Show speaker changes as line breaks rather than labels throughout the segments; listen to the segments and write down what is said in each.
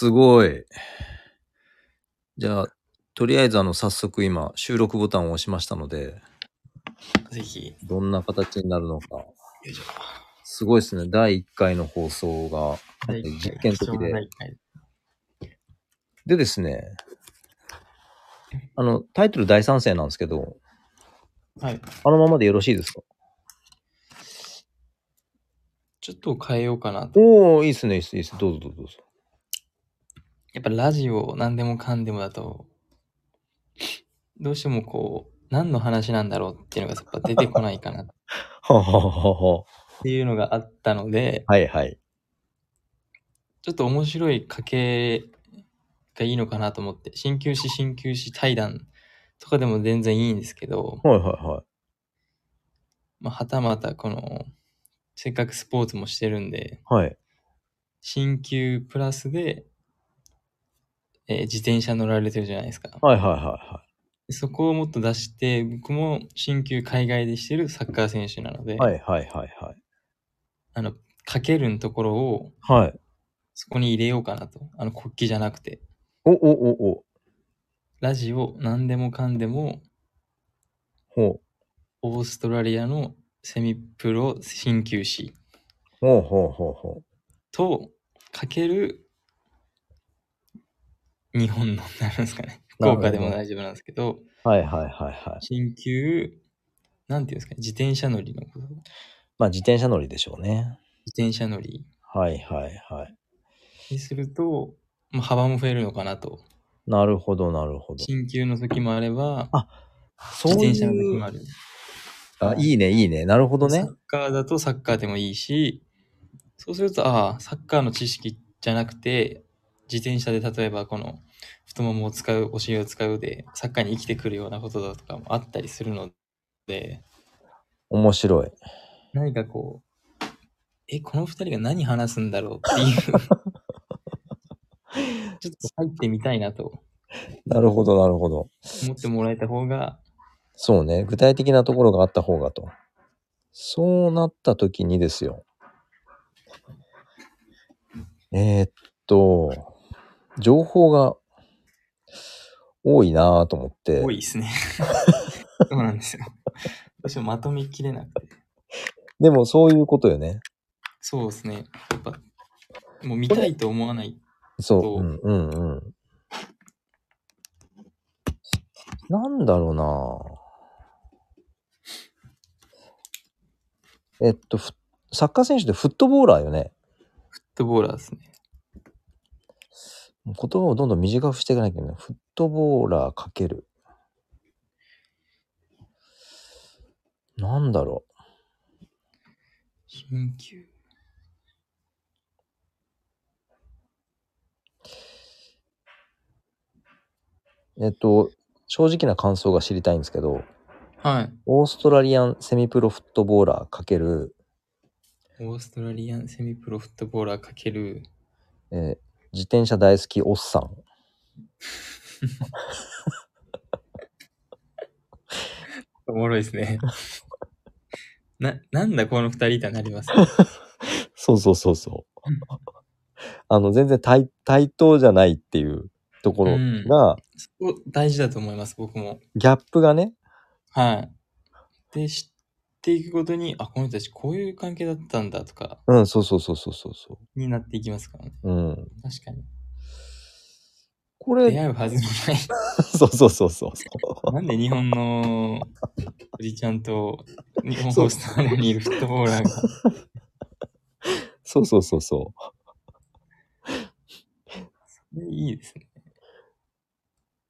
すごい。じゃあ、とりあえずあの、早速今、収録ボタンを押しましたので、
ぜひ。
どんな形になるのか。
よいしょ。
すごいですね。第1回の放送が、
第一
実
回
験的で。
第一回
でですね、あの、タイトル大賛成なんですけど、
はい。
あのままでよろしいですか
ちょっと変えようかなと。
おおいいっすね、いいっす、いいっす。どうぞどうぞどうぞ。
やっぱラジオ何でもかんでもだと、どうしてもこう、何の話なんだろうっていうのがやっぱ出てこないかなっ
はははは。
ていうのがあったので、
はいはい。
ちょっと面白い家系がいいのかなと思って、鍼灸師鍼灸師対談とかでも全然いいんですけど、
はいはいはい。
まあ、はたまたこの、せっかくスポーツもしてるんで、
はい。
新旧プラスで、えー自転車乗られてるじゃないですか。
はいはいはいは
そこをもっと出して、僕も新旧海外でしてるサッカー選手なので、
い。はいはいはいはい。
あの、かけるのところを
はい。
そこに入れようかなと。あの、国旗じゃなくて。
おおおお。
ラジオ、何でもかんでも、
ほ
オーストラリアのセミプロ新旧士
う。ほうほうほうほう。
と、かける、日本の、なるんですかね。
なるほ
福
ど
岡でも大丈夫なんですけど、
はいはいはいはい。
緊急、なんていうんですかね、自転車乗りのこと。自
まあ自転車乗りでしょうね。
転車乗り
はいはいはい。
にすると、まあ、幅も増えるのかなと。
なるほどなるほど。
緊急の時もあれば、
あ
自
そう
転車の時
い
も
う。
ある。
あ、いいねいいね。なるほど
サ
ね
ッ。カーだとサッカーでもいいし、そうすると、ああ、サッカーの知識じゃなくて、自転車で例えばこの太ももを使う、お尻を使うで、サッカーに生きてくるようなことだとかもあったりするので、
面白い。
何かこう、え、この二人が何話すんだろうっていう。ちょっと入ってみたいなと
なるほどなるほど。
思ってもらえた方が、
そうね。具体的なところがあった方がと。そうなった時にですよ。えーっと、情報が多いなぁと思って。
多いですね。そうなんですよ。私もまとめきれなくて。
でもそういうことよね。
そうですね。やっぱ、もう見たいと思わない。
そ。
そうう
うんうんうん。なんだろうなえっと、フッサッカー選手でフットボーラーよね。
フットボーラーですね。
言葉をどんどん短くしていかなきゃいけない。フットボーラーかける。なんだろ
緊急。
う。えっと、正直な感想が知りたいんですけど、
はい。
オーストラリアンセミプロフットボーラーかける、
オーストラリアンセミプロフットボーラー×
えー自転車大好きおっさん。
おもろいですね。な、なんだこの二人ってなります。
そうそうそうそう
うん。
あの、全然対対等じゃないっていうところが、
そこ大事だと思います、僕も。
ギャップがね、
はい。で、知っていくことに、あ、この人たちこういう関係だったんだとか、
うん、そうそうそうそうそうそ
になっていきますからね。
う。うん。
確かに。
こ
出
れ、
会うはずも ない。
そうそうそうそうそう。
なんで日本のおじちゃんと日本ホースターにいるフットボーラーが。
そうそうそうそう。
いいですね。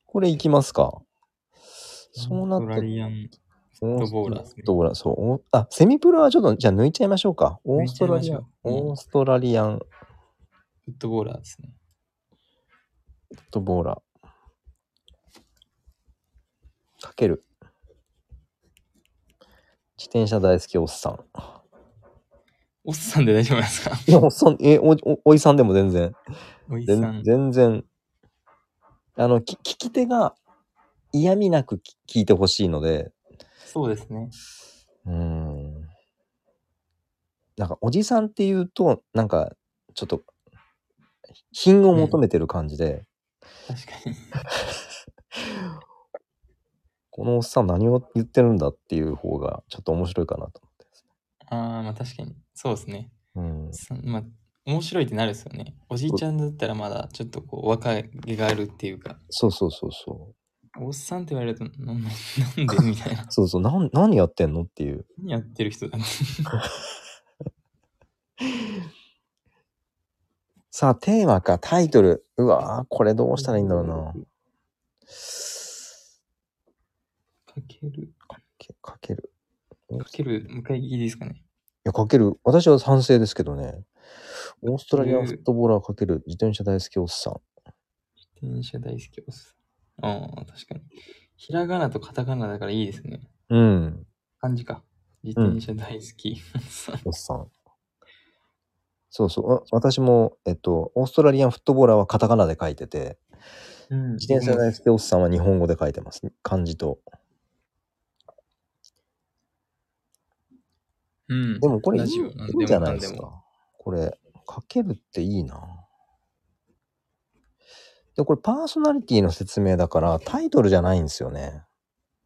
これいきますか。そうな
オ
っ
ースト
た
ラリアン
オ
フ
ー
ッ
ス
ト
ト
ボー
ラリア
ラーです
フ
ね
ットボーラー、そう。おあ、セミプロはちょっと、じゃあ抜いちゃいましょうか。オーストラリア
抜いちゃいましょ、ううん
オーストラリアンフ
フットボーラーですね。
ットボーラー。かける。自転車大好きおっさん。
おっさんで大丈夫なんですか
いや、おっさん、え、お、お、おいさんでも全然。
おじさ
全
ん。
全然。あの、き聞き手が嫌味なく聞聞いてほしいので、
そうですね。
うーん。なんか、おじさんって言うと、なんか、ちょっと、品を求めてる感じで、
確かに。
このおっさん何を言ってるんだっていう方がちょっと面白いかなと思ってです
ああ、まあ確かに。そうですね。
ね。うん。
そまあ、面白いってなるですよね。おじいちゃんだったらまだちょっとこう、若気があるっていうか、
そうそうそうそう。
おっさんって言われると、ななんなんでみ たいな。
そうそう、なん何やってんのっていう。
何やってる人だね。
さあ、テーマか、タイトル。うわぁ、これどうしたらいいんだろうな。
かける、
けかける。
かける、もう一回いいですか
い
ね。
や、かける。私は賛成ですけどね。オーストラリアンフットボーラーかける自転車大好きおっさん。
自転車大好きおっさん。ああ、確かに。ひらがなとカタカナだからいいですね。
うん。
漢字か。自転車大好きおっさん。
おっさん。そうそう。わ私も、えっと、オーストラリアンフットボーラーはカタカナで書いてて、
うん
自転車大好きおっさんは日本語で書いてます。漢字と。
うん。
でもこれい
ラ
い
ジオ
いいんじゃないです。か。これ、かけるっていいな。で、これパーソナリティの説明だからタイトルじゃないんですよね。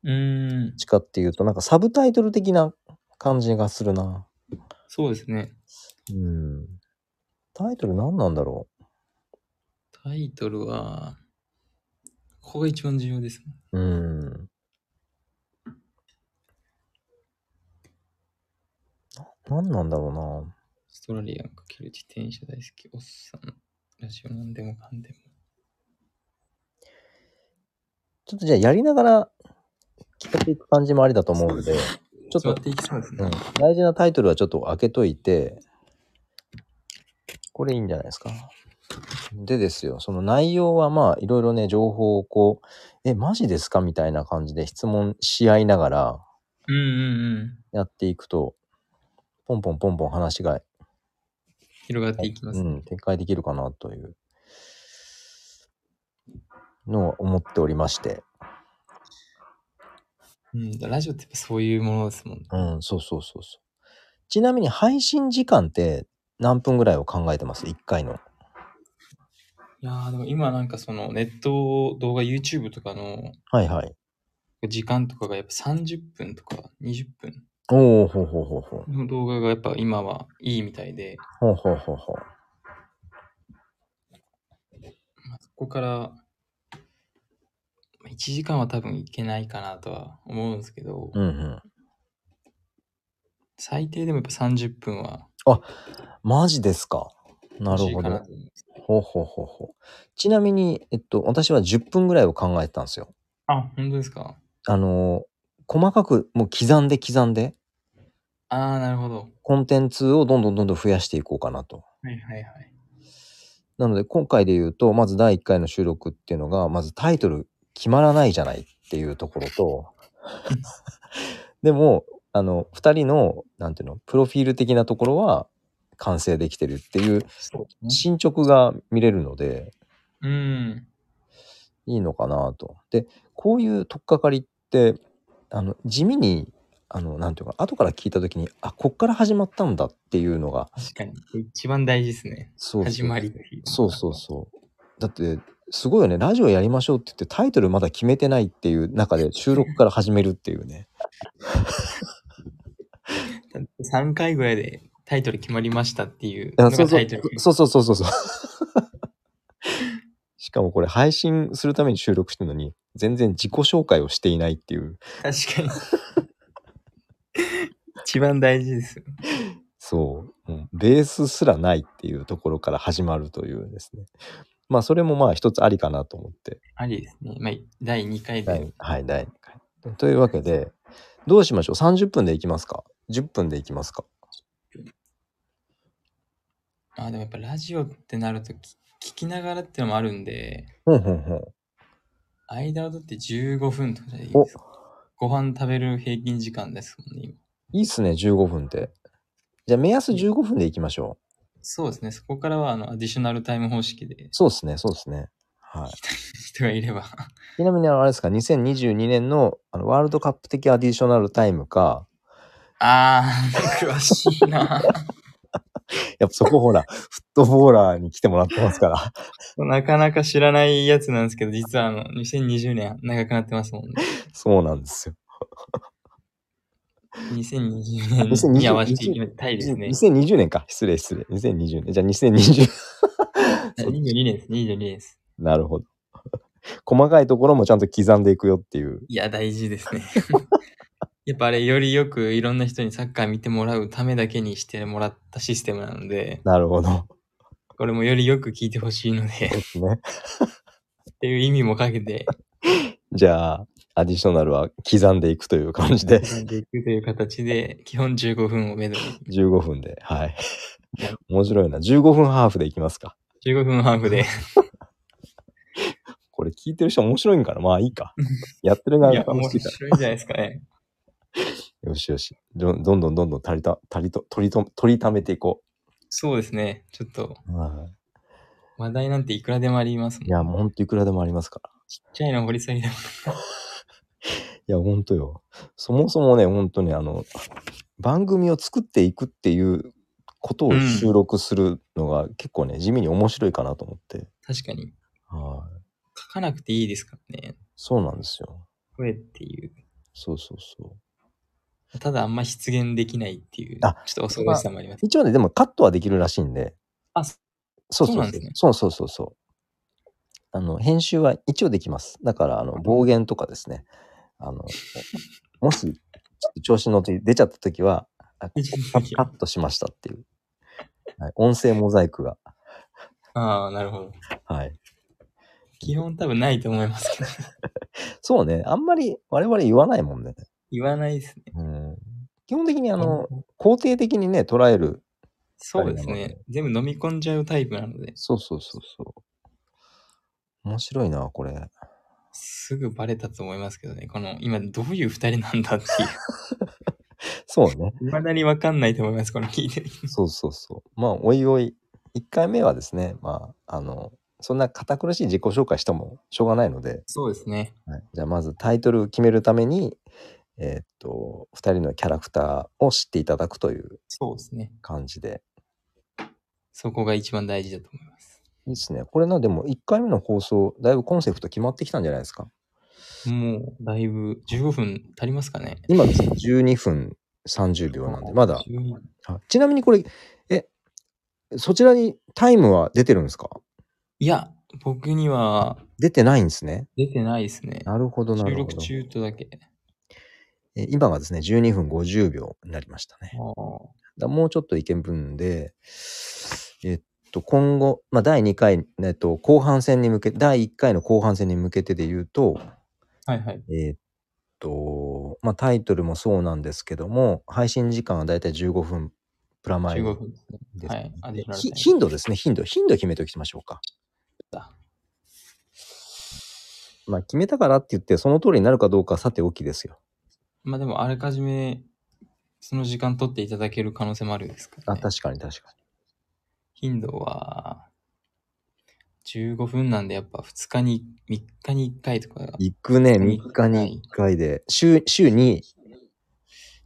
なんでもうーん
どっ。ちかっていうと、なんかサブタイトル的な感じがするな。
そうですね。
うん。タイトル何なんだろ
タイトルは、ここが一番重要ですね。
う。うん。な何なんだろうな。
オーストラリアンかける自転車大好きおっさん。ラジオなんでもかんでも。
ちょっとじゃあやりながら企画いく感じもありだと思うので、ちょっ
座っ
と、
ていきそうです
う
ね
ん。、大事なタイトルはちょっと開けといて、これいいんじゃないですか。でですよ、その内容はまあいろいろね、情報をこう、え、マジですかみたいな感じで質問し合いながら
うんうんうん。
やっていくと、ポンポンポンポン話が、
広がっていきます
う
ね。
ん、展開できるかなというのを思っておりまして、
うん。ラジオってやっぱそういうものですもんね。
うん、そうそうそうそう。ちなみに配信時間って何分ぐらいを考えてます ?1 回の。
いやーでも今なんかそのネット動画 YouTube とかの
はいはい。
時間とかがやっぱ30分とか20分
おおほうほうほうほう。
の動画がやっぱ今はいいみたいで、
ほうほうほうほう。
まあ、そこからまあ1時間は多分いけないかなとは思うんですけど、
うんうん。
最低でもやっぱ30分は
マジですか。なる
欲しい
ほ
かな
ど
と。思います。
ほうほうほうほう。ちなみに、えっと、私は10分ぐらいを考えてたんですよ。
あ、本当ですか
あのー細かくもう刻んで刻んで、
ああ、なるほど。
コンテンツをどんどんどんどん増やしていこうかなと。
はいはいはい。
なので、今回で言うと、まず第1回の収録っていうのが、まずタイトル決まらないじゃないっていうところと、でも、あの、2人の、なんていうの、プロフィール的なところは完成できてるっていう
そうですね。
進捗が見れるので、
うん。
いいのかなと。で、こういう取っかかりって、あの、地味に、あの、なんていうか、後から聞いたときに、あ、こっから始まったんだっていうのが、
確かに。一番大事ですね。
そうそう
始まりってい
そうそうそう。だって、すごいよね。ラジオやりましょうって言って、タイトルまだ決めてないっていう中 で、収録から始めるっていうね。
だって3回ぐらいでタイトル決まりましたっていう
い
の
やそ
が
うそ
タ
う
イトル。
そうそうそうそう そう。しかもこれ、配信するために収録してるのに、全然自己紹介をしていないっていう。
確かに。 一番大事ですよ。
そう、うんベースすらないっていうところから始まるというですね。まあ、それもまあ一つありかなと思って。
ありですね。まあ、第2回で。
はい、はい、第2回。というわけで、どうしましょう ?30 分でいきますか ?10 分でいきますか
まあでもやっぱラジオってなるとき聞きながらってのもあるんで、
ほんほんほん。
間を取って15分とかでいいですよ。ご飯食べる平均時間ですもんね、今。
いいっすね、15分って。じゃあ、目安15分でいきましょう。
そうですね。そこからはあのアディショナルタイム方式で
そうですね、そうですね。はい。
人がいれば。
ちなみに、あれですか、2022年のあのワールドカップ的アディショナルタイムか、
あー、詳しいな。
やっぱそこほら、 フットボーラーに来てもらってますから。
なかなか知らないやつなんですけど、実はあの、2020年長くなってますもんね。
そうなんですよ。
2020年に合わせていきたいですね。
2020年か。失礼、失礼。2020年。じゃあ2020。
22年です、22年です。
なるほど。 細かいところもちゃんと刻んでいくよっていう。
いや、大事 ですね。やっぱあれ、よりよくいろんな人にサッカー見てもらうためだけにしてもらったシステムなので、
なるほど。
これもよりよく聞いてほしいので、っ
ですね。
ていう意味もかけて、
じゃあ、アディショナルは刻んでいくという感じで、
進んでいくという形で、基本15分をめどに、
15分で。 はい。面白いな。15分ハーフでいきますか。
15分ハーフ で、
これ聞いてる人面白いんかなまあいい か。やってる側
い
が
や、
楽
面
し
白
い
い
か
じゃないですかね。
ら。よしよし。どどんどんどんどん足りた、足りと、取りと、取りためていこ
そうですね。ちょっと、
う。は
話題なんていくらでもありますもん。
い。いや、もうほんといくらでもありますから。
ちっちゃいの掘り下げても
いや、ほんとよ。そもそもね、ほんとにあの、番組を作っていくっていうこと
う
を
ん
収録するのが結構ね、地味に面白いかなと思って。
確かに、
はい。
書かなくていいですからね。
そうなんですよ。
これっていう。
そうそうそう。
ただあんま出現できないっていう、ちょ
あ
っと恐ろしさもあります。
一応ね、でもカットはできるらしいんで。
あ、そ
そうそうそう
そうな
そ
ん
う,、
ですね
そうそうそうそう。あの、編集は一応できます。だから、あの、暴言とかですね。あの、もし、ちょっと調子に乗って出ちゃった時は、あ
出ちゃった
カ
時
カ
は
ットしましたっていう。はい、音声モザイクが。
ああ、なるほど。
はい。
基本多分ないと思いますけど。
そうね。あんまり我々言わないもんね。
言わないですね。
うん、基本的に、あの、、肯定的にね、捉える。
そうです
あれなの
ね。全部飲み込んじゃうタイプなので、
そうそうそうそう。面白いな、これ。
すぐバレたと思いますけどね。この、今どういう二人なんだっていう。
そうね。
いまだにわかんないと思います、これ聞いてる人。
そうそうそう。まあ、おいおい、1回目はですね、まあ、あの、そんな堅苦しい自己紹介してもしょうがないので、
そうですね。
はい、じゃあまずタイトルを決めるために、えーっと、2人のキャラクターを知っていただくという
そうですね。
感じで。
そこが一番大事だと思います。
いいですね。これな、でも1回目の放送、だいぶコンセプト決まってきたんじゃないですか。
もう、だいぶ、15分足りますかね。
今ですね、12分30秒なんで、まだ。
12
あちなみにこれ、え、そちらにタイムは出てるんですか
いや、僕には
出てないんですね。
出てないですね。
なるほど、なる
収
ほ
録
ど。
中とだけ。
えー今がですね、12分50秒になりましたね。
あー
だもうちょっといけん分で、えっと、今後、まあ、第2回、えっと、後半戦に向け、第1回の後半戦に向けてで言うと、
はいはい。
えっと、まあ、タイトルもそうなんですけども、配信時間はだいたい15分プラマイ
15分ですね。
です、
はいアディショナルタイム
ひ頻度ですね、頻度。頻度決めておきましょうか。
だ
まあ、決めたからって言って、その通りになるかどうかはさておきですよ。
まあでも、あらかじめ、その時間取っていただける可能性もあるんですから、
あ、
ね。
確かに確か
頻度は、15分なんで、やっぱ2日に、3日に1回とかが、
に。行くね、
に
3日に1回で、週、週に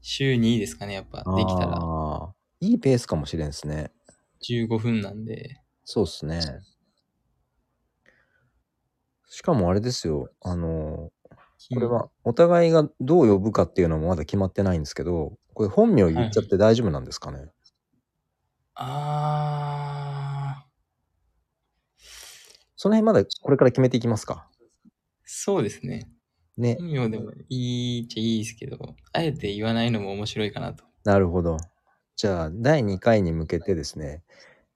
週にいいですかね、やっぱ、できたら。
あーいいペースかもしれんですね。
15分なんで、
そうっすね。しかもあれですよ、あの、これはお互いがどう呼ぶかっていうのもまだ決まってないんですけど、これ本名言っちゃって大丈夫なんですかね、
あー、
その辺まだこれから決めていきますか
そうですね。
ね、
本名でもいいっちゃいいですけど、あえて言わないのも面白いかなと。
なるほど。じゃあ、第2回に向けてですね、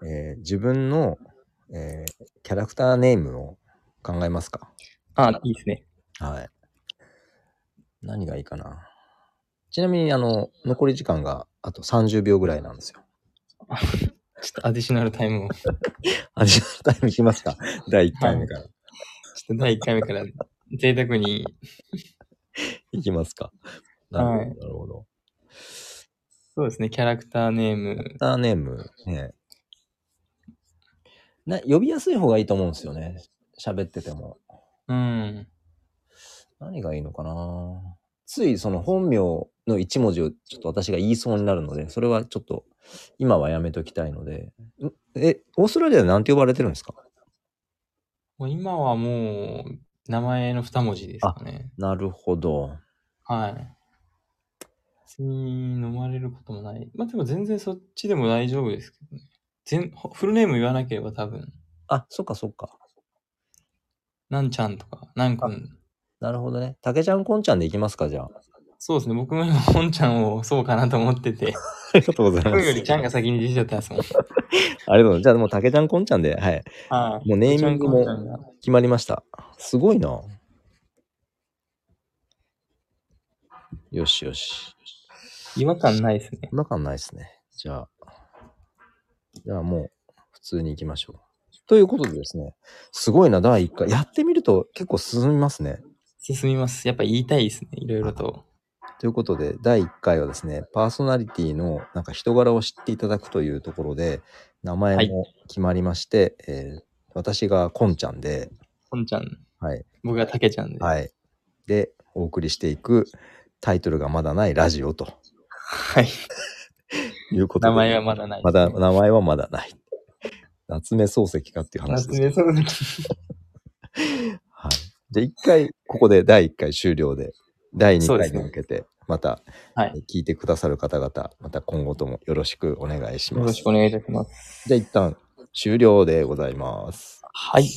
えー自分の、えーキャラクターネームを考えますか
あ、いいですね。
はい。何がいいかな。ちなみに、あの、残り時間があと30秒ぐらいなんですよ。
ちょっとアディショナルタイムを、ちょ
アディショナルタイムいきますか第1回目から。
っと第1回目から 贅沢に、
いきますか。なるほど。
はい
なるほど。
そうですね、キャラクターネーム
ス、ターネーム、ね。な呼びやすい方がいいと思うんですよね。喋ってても。
うん、
何がいいのかなついその本名の一文字をちょっと私が言いそうになるので、それはちょっと今はやめときたいので。んえ、オーストラリアでなんて呼ばれてるんですか
もう今はもう、名前の二文字ですかね。
なるほど。
はい。別に飲まれることもない。まあでも全然そっちでも大丈夫ですけどね。全ほフルネーム言わなければ多分、
あ、そっかそっか。
なんちゃんとか、なんくん。
なるほどね。たけちゃんこんちゃんでいきますか、じゃあ。
そうですね、僕も今、ほんちゃんをそうかなと思ってて、
ありがとうござい
く
ま
ん
す。
よりちゃんが先に出ちゃったんですもん。
ありがとうございます。じゃあもうたけちゃんこんちゃんで、はい。
はい。
もうネーミングも
ちゃんこんちゃんが
決まりました。すごいな。よしよし。
違和感ないですね。
違和感ないですね。じゃあ、じゃあもう普通に行きましょう。ということでですね、すごいな、第1回。やってみると結構進みますね。
進みます。やっぱ言いたいですね、いろいろと。
ということで、第1回はですね、パーソナリティのなんか人柄を知っていただくというところで、名前も決まりまして、えー私がコンちゃんで、
ほんちゃん、
はい、
僕がたけちゃんで。
はい、で、お送りしていくタイトルがまだないラジオと
はい。
いうことで。
名前はまだない。
まだ、名前はまだない。夏目漱石かっていう話
夏
です
目
けど。
漱石。
はい。じゃあ一回、ここで第1回終了で、第2
そうで
回
すね
に向けて、また、
はい
聞いてくださる方々、また今後ともよろしくお願いし
よ
ま
ろ
す
し。くお願いいたします。
じゃあ一旦終了でございます。
はい。